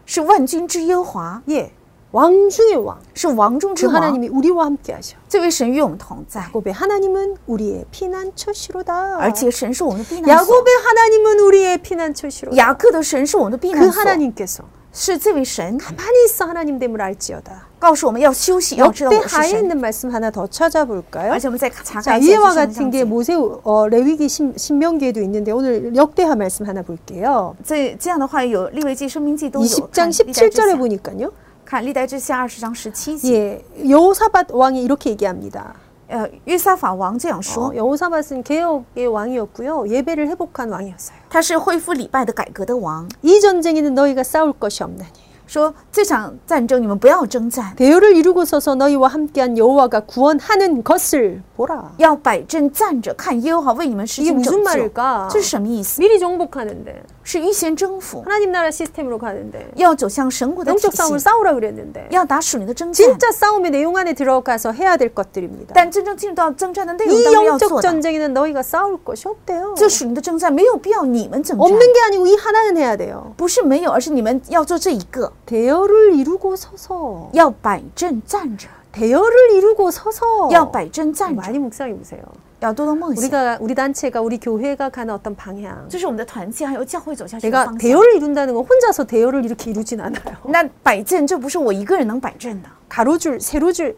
S2: 是万军之耶和华，
S1: 예. 왕 중의 왕.
S2: 是王中
S1: 그
S2: 之王。
S1: 하나님이 우리와 함께 하셔.
S2: 这位神与我们同在，
S1: 야곱의 하나님은 우리의 피난처시로다.
S2: 而且神是我们的避难所。
S1: 야곱의 하나님은 우리의 피난처시로다.
S2: 雅各的神是我们的避
S1: 그
S2: 难所，
S1: 하나님께서
S2: 是这位神
S1: 가만히 있어 하나님 됨을 알지어다.
S2: 告诉我们要休息，要知道
S1: 역대
S2: 我是
S1: 하에
S2: 神。
S1: 있는 말씀 하나 더 찾아볼까요?
S2: 而且我们再查
S1: 자
S2: 看一下
S1: 이와
S2: 这圣
S1: 같은
S2: 经
S1: 게
S2: 上
S1: 모세 어, 레위기 신, 신명기에도 있는데 오늘 역대하 말씀 하나 볼게요.
S2: 这这样的话有立位记、生命记都有。
S1: 20장 17절에 보니까요.
S2: 看历代之下二十章十七节，
S1: 예, 여호사밧 왕이 이렇게 얘기합니다.
S2: 呃，约撒法王这样
S1: 어,
S2: 说，
S1: 여호사밧은 개혁의 왕이었고요. 예배를 회복한 왕이었어요.
S2: 他是恢复礼拜的改革的王，
S1: 이 전쟁에는 너희가 싸울 것이 없나니
S2: 说这场战争你们不要征战，
S1: 배열을 이루고 서서 너희와 함께한 여호와가 구원하는 것을 보라.
S2: 要摆阵站着看耶和华哎为你们施
S1: 이게
S2: 行拯
S1: 무슨
S2: 救。
S1: 말일까?
S2: 这是什么意思？
S1: 미리 정복하는데
S2: 是预先征服，
S1: 하나님 나라 시스템으로 가는데
S2: 要走向神国的体
S1: 영적 싸움을
S2: 系，
S1: 싸우라 그랬는데
S2: 要打属灵的征战。
S1: 진짜 싸움의 내용 안에 들어가서 해야 될 것들입니다.
S2: 但真正进入到征战的内容
S1: 이
S2: 当中要
S1: 영적
S2: 做的，
S1: 전쟁에는 너희가 싸울 것이 없대요.
S2: 这属灵的征战没有必要你们征战，
S1: 없는 게 아니고 이 하나는 해야 돼요.
S2: 不是没有，而是你们要做这一个，
S1: 대열을 이루고 서서
S2: 要摆阵站着，
S1: 대열을 이루고 서서 음.
S2: 要摆阵站着，
S1: 많이 묵상해 보세요.
S2: 要多多梦想。
S1: 우리가 우리 단체가 우리 교회가 가는 어떤 방향.
S2: 这是我们的团契还有教会走下去的
S1: 내가
S2: 方向。
S1: 대열을 이룬다는 건 혼자서 대열을 이렇게 이루진 않아요.
S2: 那摆阵这不是我一个人能摆阵的，
S1: 가로줄, 세로줄,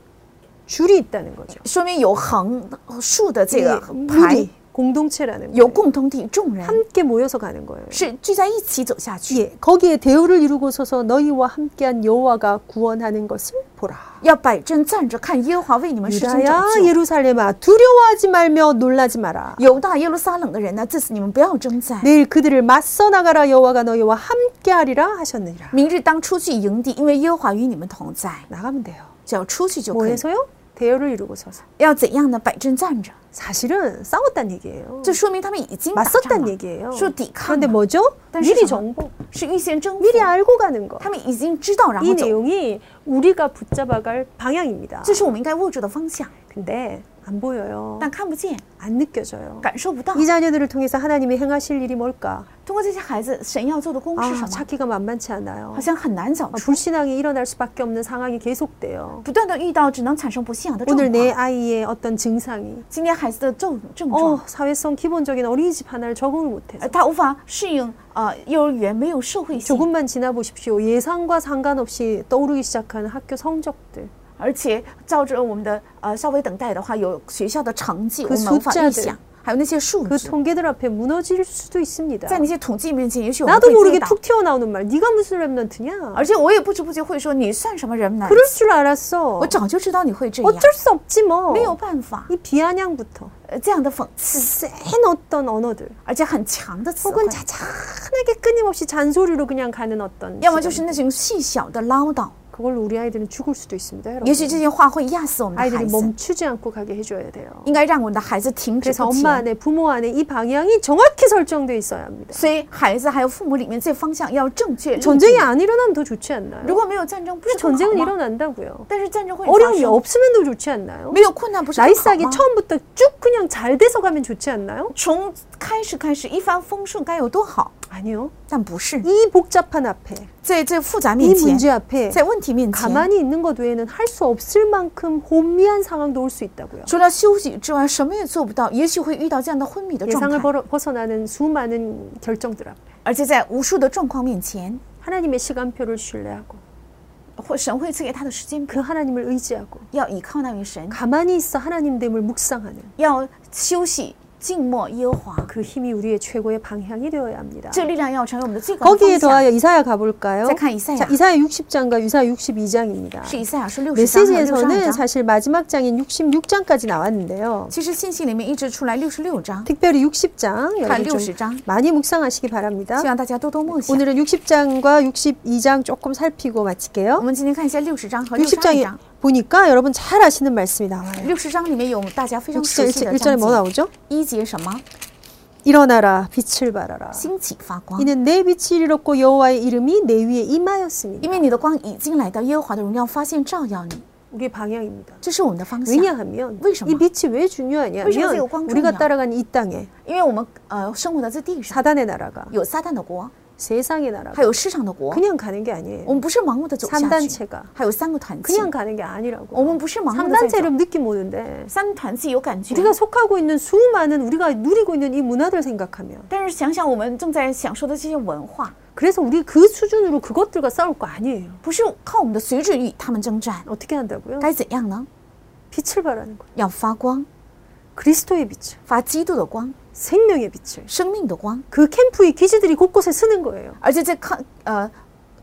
S1: 줄이 있다는 거죠.
S2: 说明有横和竖的这个
S1: 이게
S2: 排
S1: 무리, ， 공동체라는 거예요.
S2: 有共同体，众人
S1: 함께 모여서 가는 거예요.
S2: 是聚在一起走下去，
S1: 예, 거기에 대우를 이루고 서서 너희와 함께한 여호와가 구원하는 것을 보라.
S2: 要摆阵站着看耶和华为你们施行拯
S1: 유다야
S2: 救。
S1: 예루살렘아 두려워하지 말며 놀라지 마라.
S2: 犹大耶路撒冷的人呢，这次你们不要征战。
S1: 내일 그들을 맞서 나가라 여호와가 너희와 함께하리라 하셨느니라.
S2: 明日当出去营地，因为耶和华与你们同在，
S1: 나가면 돼요.
S2: 只要出去就可以。
S1: 뭐해서요? 대열을 이루고 서서.
S2: 要怎样呢？摆阵站着，
S1: 사실은 싸웠단 얘기예요.
S2: 这说明他们已经打仗
S1: 맞섰단
S2: 了，
S1: 얘기예요.
S2: 哦说抵抗
S1: 그런데
S2: 了，
S1: 뭐죠?
S2: 다시
S1: 미리
S2: 정하-
S1: 정보,
S2: 是预先征服，
S1: 미리 알고 가는 거.
S2: 他们已经知道，然
S1: 이
S2: 后走，
S1: 내용이 우리가 붙잡아갈 방향입니다.
S2: 这是我们应该握住的方向，
S1: 근데 안 보여요.
S2: 但看不见，
S1: 안 느껴져요.
S2: 感受不到。
S1: 이 자녀들을 통해서 하나님이 행하실 일이 뭘까?
S2: 通过这些孩子，神要做的功是什
S1: 아,
S2: 么？
S1: 찾기가 만만치 않아요.
S2: 好像很难找
S1: 아,
S2: 出，
S1: 불신앙이 일어날 수밖에 없는 상황이 계속돼요.
S2: 不断的遇到，只能产生不信仰的状
S1: 오늘
S2: 况。
S1: 내 아이의 어떤 증상이
S2: 今天孩子的症症状，
S1: 어, 사회성 기본적인 어린이집 하나를 적응을 못해서
S2: 呃他无法适应呃幼儿园没有社会性，
S1: 조금만 지나보십시오. 예상과 상관없이 떠오르기 시작하는 학교 성적들,
S2: 而且照着我们的呃稍微等待的话，有学校的成绩，我
S1: 可
S2: 们无法
S1: 是这样
S2: 预
S1: 的
S2: 想，还有那些数
S1: 그
S2: 据，
S1: 통계들 앞에 무너질 수도 있습니다.
S2: 在那些统计面前，也许我们
S1: 나도
S2: 会
S1: 모르게 아,
S2: 跌倒，
S1: 툭 튀어나오는 말, 네가 무슨 랩런트냐?
S2: 而且我也不知不觉会说你算什么人呢？
S1: 그럴 줄 알았어.
S2: 我早就知道你会这样，
S1: 어쩔 수 없지
S2: 没有
S1: 뭐.
S2: 办法，
S1: 이 비아냥부터
S2: 呃，这样的讽刺，
S1: 센 어떤 언어들,
S2: 而且很强的词汇
S1: 혹은 ， 자잔하게 끊임없이 잔소리로 그냥 가는 어떤
S2: 要么就是
S1: 시간.
S2: 那种细小的唠叨，
S1: 그걸로 우리 아이들은 죽을 수도 있습니다. 여러분.
S2: 也许这些话会压死我们的
S1: 아이들이
S2: 孩子，
S1: 멈추지 않고 가게 해줘야 돼요.
S2: 应该让我们的孩子停止
S1: 그래서
S2: 不
S1: 엄마
S2: 前。
S1: 안에 부모 안에 이 방향이 정확히 설정돼 있어야 합니다.
S2: 所以孩子还有父母里面这方向要正确。
S1: 전쟁이 안 일어나면 더 좋지
S2: 如
S1: 않나요?
S2: 果没有战争，不是更好
S1: 전쟁은
S2: 吗？
S1: 일어난다고요.
S2: 但是战争会发
S1: 어려움이
S2: 生。
S1: 없으면 더 좋지 않나요?
S2: 没有困难不是更好
S1: 나이스하게
S2: 吗？
S1: 처음부터 쭉 그냥 잘 돼서 가면 좋지 않나요?
S2: 从开始开始一帆风顺该有多好？
S1: 아니요.
S2: 但不是，
S1: 이 복잡한 앞에,
S2: 在这复杂
S1: 이
S2: 面前，
S1: 문제 앞에
S2: 在问题面前，
S1: 가만히 있는 것 외에는 할 수 없을 만큼 혼미한 상황도 올 수 있다고요.
S2: 除了休息之外，什么也做不到，也许会遇到这样的昏迷的状
S1: 예상을
S2: 态，
S1: 벌어- 벗어나는 수많은 결정들 앞에
S2: 而且在无数的状况面前，
S1: 하나님의 시간표를 신뢰하고
S2: 或神会赐给他的时间表，
S1: 그 하나님을 의지하고
S2: 要依靠那位神，
S1: 가만히 있어 하나님 됨을 묵상하는
S2: 要休息静默耶和华，
S1: 그 힘이 우리의 최고의 방향이 되어야 합니다.
S2: 这力量要成为我们的最高啊的
S1: 거기에
S2: 方向。
S1: 더하여 이사야 가볼까요?
S2: 再看以赛亚
S1: 자, 이사야 60장과 이사야 62장입니다.
S2: 是以赛亚书六十章和六十二
S1: 메시지에서는
S2: 章。
S1: 사실 마지막 장인 66장까지 나왔는데요.
S2: 其实信息里面一直出来六十六章，
S1: 특별히 60장
S2: 看
S1: 여러분
S2: 六
S1: 좀
S2: 十章，
S1: 많이 묵상하시기 바랍니다.
S2: 希望大家多多默想。
S1: 오늘은 60장과 62장 조금 살피고
S2: 我
S1: 마칠게요.
S2: 们今天看一下六十章和六十二
S1: 60장에
S2: 章。
S1: 보니까 여러분 잘 아시는 말씀이 나와요.
S2: 六十章里面有大家非常熟
S1: 60장
S2: 悉
S1: 1절,
S2: 的
S1: 1절에
S2: 章
S1: 뭐
S2: 节，
S1: 나오죠?
S2: 一节什么？
S1: 일어나라 빛을 발하라
S2: 兴起发光，
S1: 이는 내 빛이 이르렀고 여호와의 이름이 내 위에 임하였습니다.
S2: 因为你的光已经来到，耶和华的荣耀发现照耀你，
S1: 우리의 방향입니다.
S2: 这是我们的方向。
S1: 왜냐하면
S2: 왜 정말?
S1: 이 빛이 왜 중요하냐면
S2: 왜 저세요, 광
S1: 우리가
S2: 중요해요?
S1: 따라가는 이 땅에
S2: 因为我们呃生活在这地上，
S1: 사단의 나라가
S2: 有撒旦的国，
S1: 세상의 나라가
S2: 还有世上的国，
S1: 그냥 가는 게
S2: 我
S1: 아니에요.
S2: 们不是盲目的走下去
S1: 3단체가 ，
S2: 还有三个团契，
S1: 그냥 가는 게
S2: 我
S1: 아니라고.
S2: 们不是盲目的在走
S1: 3단체를 느낌 오는데
S2: 三团契有感觉，
S1: 우리가 속하고 있는 수많은 우리가 누리고 있는 이 문화들 생각하면
S2: 但是想想我们正在享受的这些文化，
S1: 그래서 우리 그 수준으로 그것들과 싸울 거 아니에요.
S2: 不是靠我们的随志与他们征战，
S1: 어떻게 한다고요?
S2: 该怎样呢？
S1: 빛을 발하는 거예요.
S2: 要发光，
S1: 그리스도의 빛을,
S2: 发基督的光，
S1: 생명의 빛을.
S2: 生命的光。
S1: 그 캠프의 기지들이 곳곳에 쓰는 거예요.
S2: 而且在看呃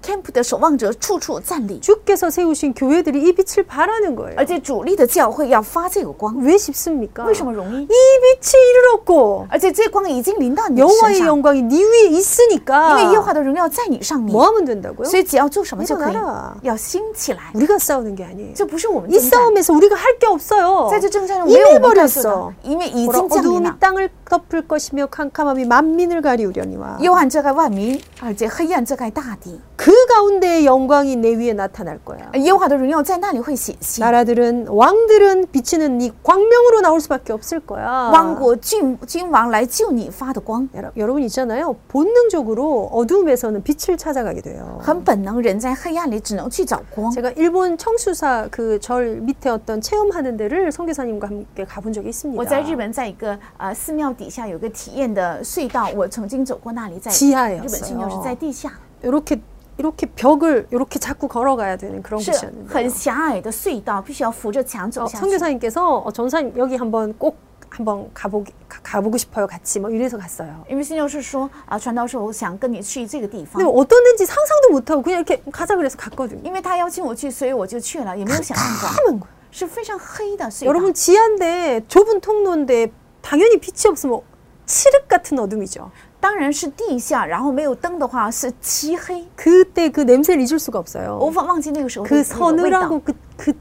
S2: camp 的守望者处处站立，
S1: 주께서 세우신 교회들이 이 빛을 바라는 거예요.
S2: 而且主力的教会要发这个光，
S1: 아, 왜 쉽습니까?
S2: 为什么容易
S1: 이 ？ 빛이 이르렀고
S2: 而且这光已经临到你的身
S1: 여호와의
S2: 上，
S1: 영광이 네 위에
S2: 因为耶和
S1: 있으니까
S2: 华的荣耀在你上面
S1: 뭐 ， 하면 된다고요?
S2: 所以只要做什么就可
S1: 你懂了嗯
S2: 以，要兴起来。
S1: 우리가 싸우는 게 아니에요.
S2: 这不是我们
S1: 이
S2: 征战，
S1: 싸움에서 우리가 할 게 없어요.
S2: 在这征战中
S1: 이
S2: 没有
S1: 미
S2: 我们
S1: 버
S2: 干
S1: 렸
S2: 涉
S1: 어
S2: 的，因为已
S1: 보라,
S2: 经降临
S1: 어둠이
S2: 了。
S1: 땅을 덮을 것이며 캄캄함이 만민을 가리우려니와
S2: 幽暗遮盖万民，而且黑暗遮盖大地。
S1: 그 가운데의 영광이 내 위에 나타날 거야.
S2: 耶和华呃的荣耀在那里会显现，
S1: 나라들은 왕들은 비치는 이 광명으로 나올 수밖에 없을 거야.
S2: 万国君君王来救你发的光。
S1: 여러- 여러분 있잖아요. 본능적으로 어둠에서는 빛을 찾아가게 돼요.
S2: 很本能，人在黑暗里只能去找光。
S1: 제가 일본 청수사 그 절 밑에 어떤 체험하는 데를 선교사님과 함께 가본 적이 있습니다.
S2: 我在日本，在一个呃寺庙底下有个体验的隧道，我曾经走过那里，在
S1: 지하에
S2: 日
S1: 였어요
S2: 本寺庙是在地下，
S1: 이렇게 이렇게 벽을 이렇게 자꾸 걸어가야 되는 그런
S2: 是
S1: 곳이었는데
S2: 很狭隘的隧道，必须要扶着墙走
S1: 어,
S2: 下去。
S1: 선교사님께서 어, 전사님 여기 한번 꼭 한번 가보기 가- 가보고 싶어요 같이 뭐 이래서 갔어요.
S2: 因为信教是说啊，传道授，我想跟你去这个地方
S1: 근데 ， 어떤지 상상도 못하고 그냥 이렇게 가자 그래서 갔거든요.
S2: 因为他邀请我去，所以我就去了，也没有想象过，
S1: 까만 거예요.
S2: 是非常黑的
S1: 그러니까.
S2: 隧道
S1: 여러분 。 지하인데 좁은 통로인데 당연히 빛이 없으면 뭐 칠흑 같은 어둠이죠.
S2: 当然是地下，然后没有灯的话是漆黑，
S1: 그때 그 냄새를 잊을 수가
S2: 我无
S1: 없어요.
S2: 法忘记那个时候的
S1: 그
S2: 那个味道
S1: 서늘하고 그, 그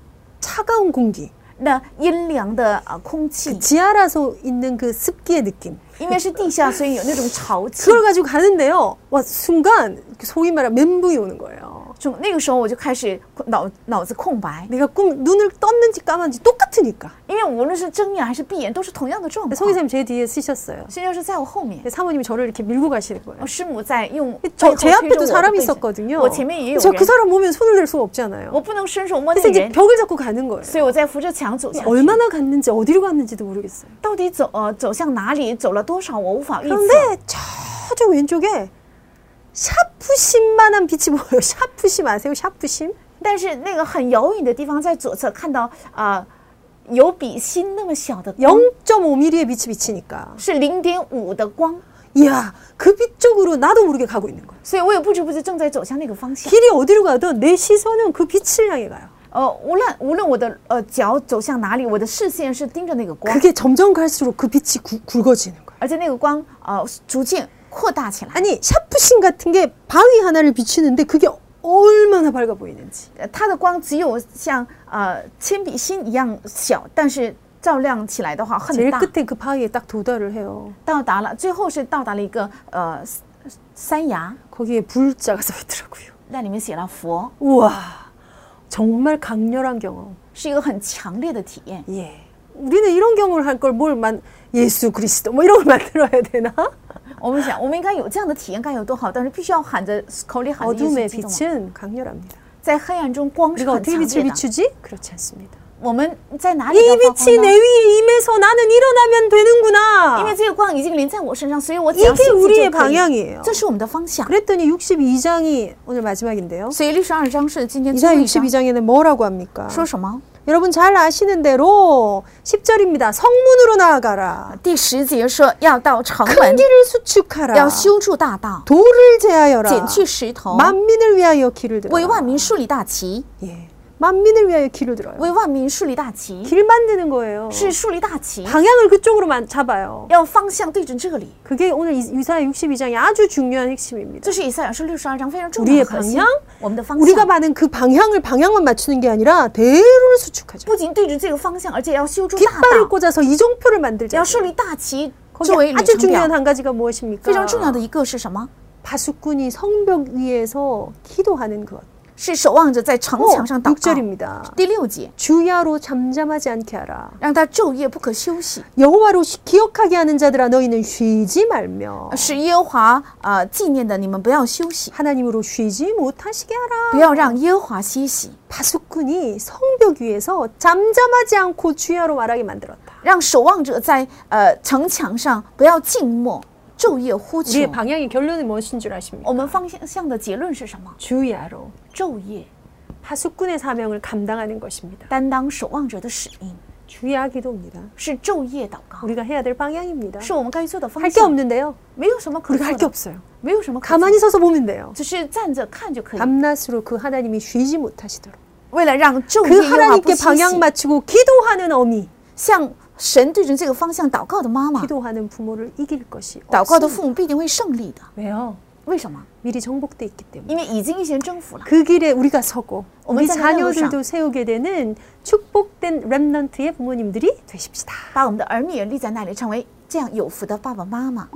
S1: 차가운 공기,
S2: 那阴凉的啊空气，
S1: 지하라서 있는 그 습기의 느낌.
S2: 因为是地下，所以有那种潮气。
S1: 그걸 가지고 가는데요. 와 순간 그 소위 말하면 멘붕이 오는 거예요.
S2: 就那个时候我就开始脑脑子空白，
S1: 내가 꿈 눈을 떴는지 까만지 똑같으니까.
S2: 因为无论是睁眼还是闭眼，都是同样的状
S1: 근데
S2: 况。
S1: 성의사님 제 뒤에 쓰셨어요.
S2: 现在是在我后面
S1: 근데 ， 사모님이 저를 이렇게 밀고 가시는 거예요.
S2: 我师母在用背
S1: 저
S2: 后
S1: 제
S2: 推着
S1: 앞에도
S2: 我的
S1: 사람이
S2: 背景
S1: 있었거든요.
S2: 我前面也有
S1: 저 그
S2: 人，
S1: 사람 보면 손을 댈 수가 없잖아요.
S2: 我不能伸手摸那
S1: 그래서
S2: 个
S1: 이제
S2: 人，
S1: 벽을 잡고 가는 거예요.
S2: 所以我在扶着墙走下去。
S1: 얼마나 갔는지 어디로 갔는지도 모르겠어요.
S2: 到底走呃走向哪里，走了多少，我无法预测。
S1: 그런데 저쪽 왼쪽에 샤프심만한 빛이 보여요. 샤프심 아세요? 샤프심?
S2: 但是那个很遥远的地方，在左侧看到啊、呃有比心那么小的光，
S1: 0.5mm의 빛이 비치니까.
S2: 是零点五的光，
S1: 이야, 그 빛 쪽으로 나도 모르게 가고 있는 거예요.
S2: 所以我也不知不觉正在走向那个方向。
S1: 길이 어디로 가든 내 시선은 그 빛을 향해 가요.
S2: 呃，无论无论我的呃脚走向哪里，我的视线是盯着那个光，
S1: 그게 점점 갈수록 그 빛이 구- 굵어지는 거예요.
S2: 而且那个光呃逐渐扩大起来。
S1: 아니, 샤프심 같은 게 바위 하나를 비추는데 그게 얼마나 밝아 보이는지.
S2: 呃它的光只有像呃铅笔芯一样小，但是照亮起来的话很
S1: 제일
S2: 大，
S1: 끝에 그 바위에 딱 도달을 해요.
S2: 到达了最后是到达了一个呃山崖，
S1: 거기에 불자가 써 있더라고요.
S2: 那里面写了佛，
S1: 우와, 정말 강렬한 경험.
S2: 是一个很强烈的体验。
S1: 예. 우리는 이런 경험을 할 걸 뭘 만, 예수 그리스도 뭐 이런 걸 만들어야 되나?
S2: 我们想，我们应该有这样的体验该有多好，但是必须要喊着口里喊着耶稣
S1: 어둠의
S2: 基督嘛
S1: 빛은 강렬합니다.
S2: 在黑暗中光是
S1: 우리가
S2: 很
S1: 어떻게
S2: 强
S1: 빛을
S2: 烈的。
S1: 비추지? 그러니까 그렇지 않습니다.
S2: 我们在哪里
S1: 이
S2: 要发
S1: 빛이
S2: 光
S1: 내
S2: 呢？
S1: 위에 임해서 나는 일어나면
S2: 因为
S1: 되는구나.
S2: 这个光已经临在我身上，所以我只要
S1: 이게
S2: 信就可以
S1: 우리의 방향이에요.
S2: 这是我们的方向。
S1: 그랬더니 62장이 오늘 마지막인데요.
S2: 所以六十二章是今天
S1: 이사야
S2: 最后一章，
S1: 62장에는 뭐라고 합니까?
S2: 说什么？
S1: 여러분 잘 아시는 대로 10절입니다. 성문으로 나아가라.
S2: 第十节说要到城
S1: 큰
S2: 门，
S1: 길을 수축하라.
S2: 要修筑大道，
S1: 돌을 제하여라.
S2: 减去石头，
S1: 만민을 위하여 길을 들어.
S2: 为万民树立大旗，
S1: 예. 만민을 위하여 길을 들어요.
S2: 为万民树立大旗，
S1: 길 만드는 거예요.
S2: 是树立大旗，
S1: 방향을 그쪽으로만 잡아요.
S2: 要方向对准这里。
S1: 그게 오늘 이- 이사야 62장의 아주 중요한 핵심입니다.
S2: 这是以赛亚书六十二章非常重
S1: 우리
S2: 要
S1: 의
S2: 的核心
S1: 방향 。
S2: 我们的方
S1: 우리가
S2: 向
S1: 받은 그 방향을 방향만 맞추는 게 아니라 대로를 수축하죠.
S2: 不仅对准这个方向，而且要
S1: 뭐,
S2: 修筑大
S1: 깃발을
S2: 道，
S1: 꽂아서 이정표를 만들자.
S2: 要树立大旗作为
S1: 거기
S2: 里
S1: 아주
S2: 程表
S1: 중요한 。한 가지가 무엇입니까?
S2: 非常重要的一个是什么？
S1: 바수꾼이 성벽 위에서 기도하는 것.
S2: 是守望着在城
S1: 어,
S2: 墙上祷告。
S1: 6절입니다.
S2: 第六节，
S1: 주야로 잠잠하지 않게 하라.
S2: 让他昼夜不可休息，
S1: 여호와로 쉬- 기억하게 하는 자들아 너희는 쉬지 말며
S2: 使耶和华呃纪念的你们不要休息，
S1: 하나님으로 쉬지 못하시게 하라.
S2: 不要让耶和华歇息，
S1: 바수꾼이 성벽 위에서 잠잠하지 않고 주야로 말하게 만들었다.
S2: 让守望者在呃城墙上不要静默，昼夜呼求
S1: 우리의 。 방향의 결론은 무엇인 줄 아십니까?
S2: 我们方向的结论是什么？
S1: 어, 주야로
S2: 昼夜
S1: 파수꾼의 사명을 감당하는 것입니다.
S2: 担当守望者的使命，
S1: 주야 기도입니다.
S2: 是昼夜祷告，
S1: 우리가 해야 될 방향입니다.
S2: 是我们该做的方
S1: 할 게
S2: 向。
S1: 없는데요.
S2: 没有什么可
S1: 우리가
S2: 做
S1: 그렇죠. 할 게
S2: 的，
S1: 없어요.
S2: 没有什么可做
S1: 가만히
S2: 的，
S1: 서서 보면 돼요.
S2: 只是站着看就可以。
S1: 밤낮으로 그 하나님이 쉬지 못하시도록
S2: 为了让昼
S1: 그
S2: 夜耶和华不
S1: 하나님께
S2: 歇
S1: 방향
S2: 息，
S1: 맞추고 기도하는 어미,
S2: 向神对准这个方向祷告的妈妈，
S1: 기도하는 부모를 이길 것이
S2: 祷告的
S1: 없습니다.
S2: 父母必定会胜利的。
S1: 왜요?
S2: 为什么？
S1: 미리 정복돼 있기 때문에.
S2: 因为已经一些人征服了。
S1: 그 길에 우리가 서고 우리
S2: 어머니가
S1: 자녀들도
S2: 하나님으로서.
S1: 세우게 되는 축복된 렘넌트의 부모님들이 되십시다.
S2: 把我们的儿女也立在那里，成为这样有福的爸爸妈妈。